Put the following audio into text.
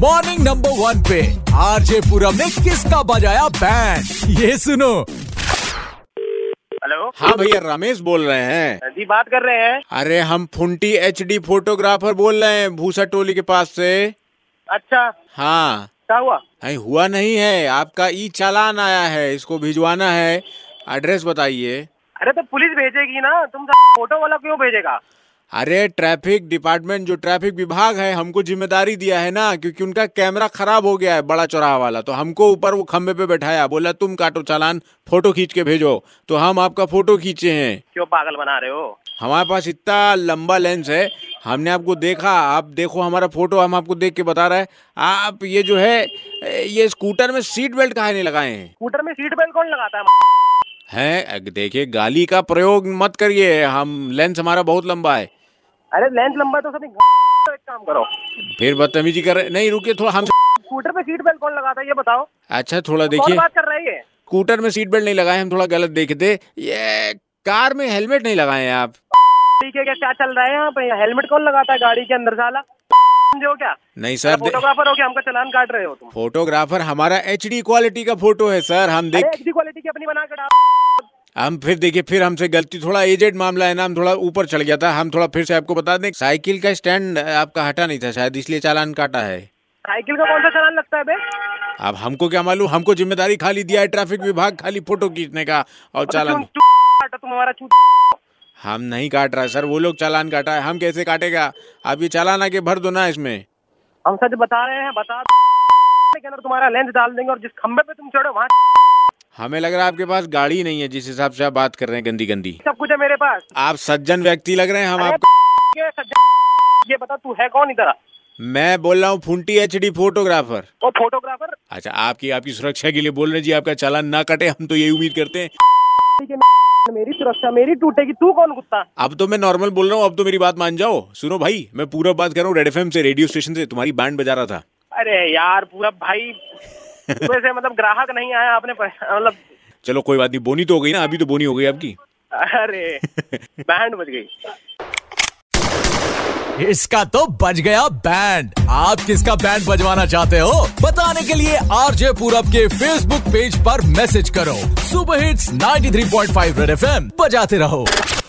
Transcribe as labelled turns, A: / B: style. A: Morning number one पे RJ Puram ने किसका बजाया बैंड ये सुनो
B: हेलो
C: हाँ भैया रमेश बोल रहे हैं
B: जी बात कर रहे हैं
C: अरे हम फुंटी एच डी फोटोग्राफर बोल रहे हैं भूसा टोली के पास से
B: अच्छा
C: हाँ
B: क्या हुआ
C: नहीं हुआ नहीं है आपका ई चालान आया है इसको भिजवाना है एड्रेस बताइए
B: अरे तो पुलिस भेजेगी ना तुम तो फोटो वाला क्यों भेजेगा
C: अरे ट्रैफिक डिपार्टमेंट जो ट्रैफिक विभाग है हमको जिम्मेदारी दिया है ना क्योंकि उनका कैमरा खराब हो गया है बड़ा चौराहा वाला तो हमको ऊपर वो खम्बे पे बैठाया बोला तुम काटो चालान फोटो खींच के भेजो तो हम आपका फोटो खींचे हैं
B: क्यों पागल बना रहे हो
C: हमारे पास इतना लंबा लेंस है हमने आपको देखा आप देखो हमारा फोटो हम आपको देख के बता रहे हैं आप ये जो है ए, ये स्कूटर में सीट बेल्ट काहे नहीं लगाए हैं
B: स्कूटर में सीट बेल्ट कौन लगाता है
C: हैं अग- देखिए गाली का प्रयोग मत करिए हम लेंस हमारा बहुत लंबा है
B: अरे लेंथ लंबा है तो सब एक काम करो
C: फिर बदतमीजी कर रहे नहीं रुकिए थोड़ा हम
B: स्कूटर में सीट बेल्ट कौन लगाता है ये बताओ तो
C: अच्छा थोड़ा
B: कौन
C: देखिए
B: बात कर रहा है ये
C: स्कूटर में सीट बेल्ट नहीं लगाए हम थोड़ा गलत देखे थे ये कार में हेलमेट नहीं लगाए हैं आप
B: ठीक है क्या क्या चल रहा है यहाँ पे हेलमेट कौन लगाता है गाड़ी के अंदर साला समझे हो क्या
C: नहीं सर दे-
B: फोटोग्राफर हो क्या हमका चलान काट रहे हो तुम
C: फोटोग्राफर हमारा एच क्वालिटी का फोटो है सर हम देख
B: अरे अच्छी क्वालिटी की अपनी बना के डाल
C: हम फिर देखिए फिर हमसे गलती थोड़ा एजेड मामला है ना हम थोड़ा ऊपर चल गया था हम थोड़ा फिर से आपको बता दें साइकिल का स्टैंड आपका हटा नहीं था शायद इसलिए चालान काटा है
B: साइकिल का कौन सा चलान लगता है बे और
C: अब हमको क्या मालूम हमको जिम्मेदारी खाली दिया है ट्रैफिक विभाग खाली फोटो खींचने का और
B: तुम
C: चालान
B: चू- काटो तुम हमारा चू-
C: हम नहीं काट रहा सर वो लोग चालान काटा है हम कैसे काटेगा आप ये चालान आके भर दो ना इसमें
B: हम सच बता रहे हैं बता दो। के अंदर तुम्हारा लेंस डाल देंगे और जिस खंबे पे तुम चढ़ो वहाँ
C: हमें लग रहा है आपके पास गाड़ी नहीं है जिस हिसाब से आप बात कर रहे हैं गंदी गंदी
B: सब कुछ है मेरे पास
C: आप सज्जन व्यक्ति लग रहे हैं हम
B: अरे
C: आपको
B: ये सज्जन, ये बता तू है कौन इधर
C: मैं बोल रहा हूँ फुंटी एच फोटोग्राफर
B: वो फोटोग्राफर
C: अच्छा आपकी आपकी सुरक्षा के लिए बोल रहे हैं जी आपका चालान ना कटे हम तो यही उम्मीद करते हैं
B: मेरी सुरक्षा मेरी टूटेगी तू कौन कुत्ता
C: अब तो मैं नॉर्मल बोल रहा हूँ अब तो मेरी बात मान जाओ सुनो भाई मैं पूरा बात कर रहा हूँ रेड एफ से रेडियो स्टेशन से तुम्हारी बैंड बजा रहा था
B: अरे यार पूरा भाई वैसे मतलब ग्राहक नहीं आया आपने पर- मतलब
C: चलो कोई बात नहीं बोनी तो हो गई ना अभी तो बोनी हो गई आपकी
B: अरे बैंड बज गई
A: इसका तो बज गया बैंड आप किसका बैंड बजवाना चाहते हो बताने के लिए आरजे पूरब के फेसबुक पेज पर मैसेज करो सुपर हिट्स 93.5 रेड एफएम बजाते रहो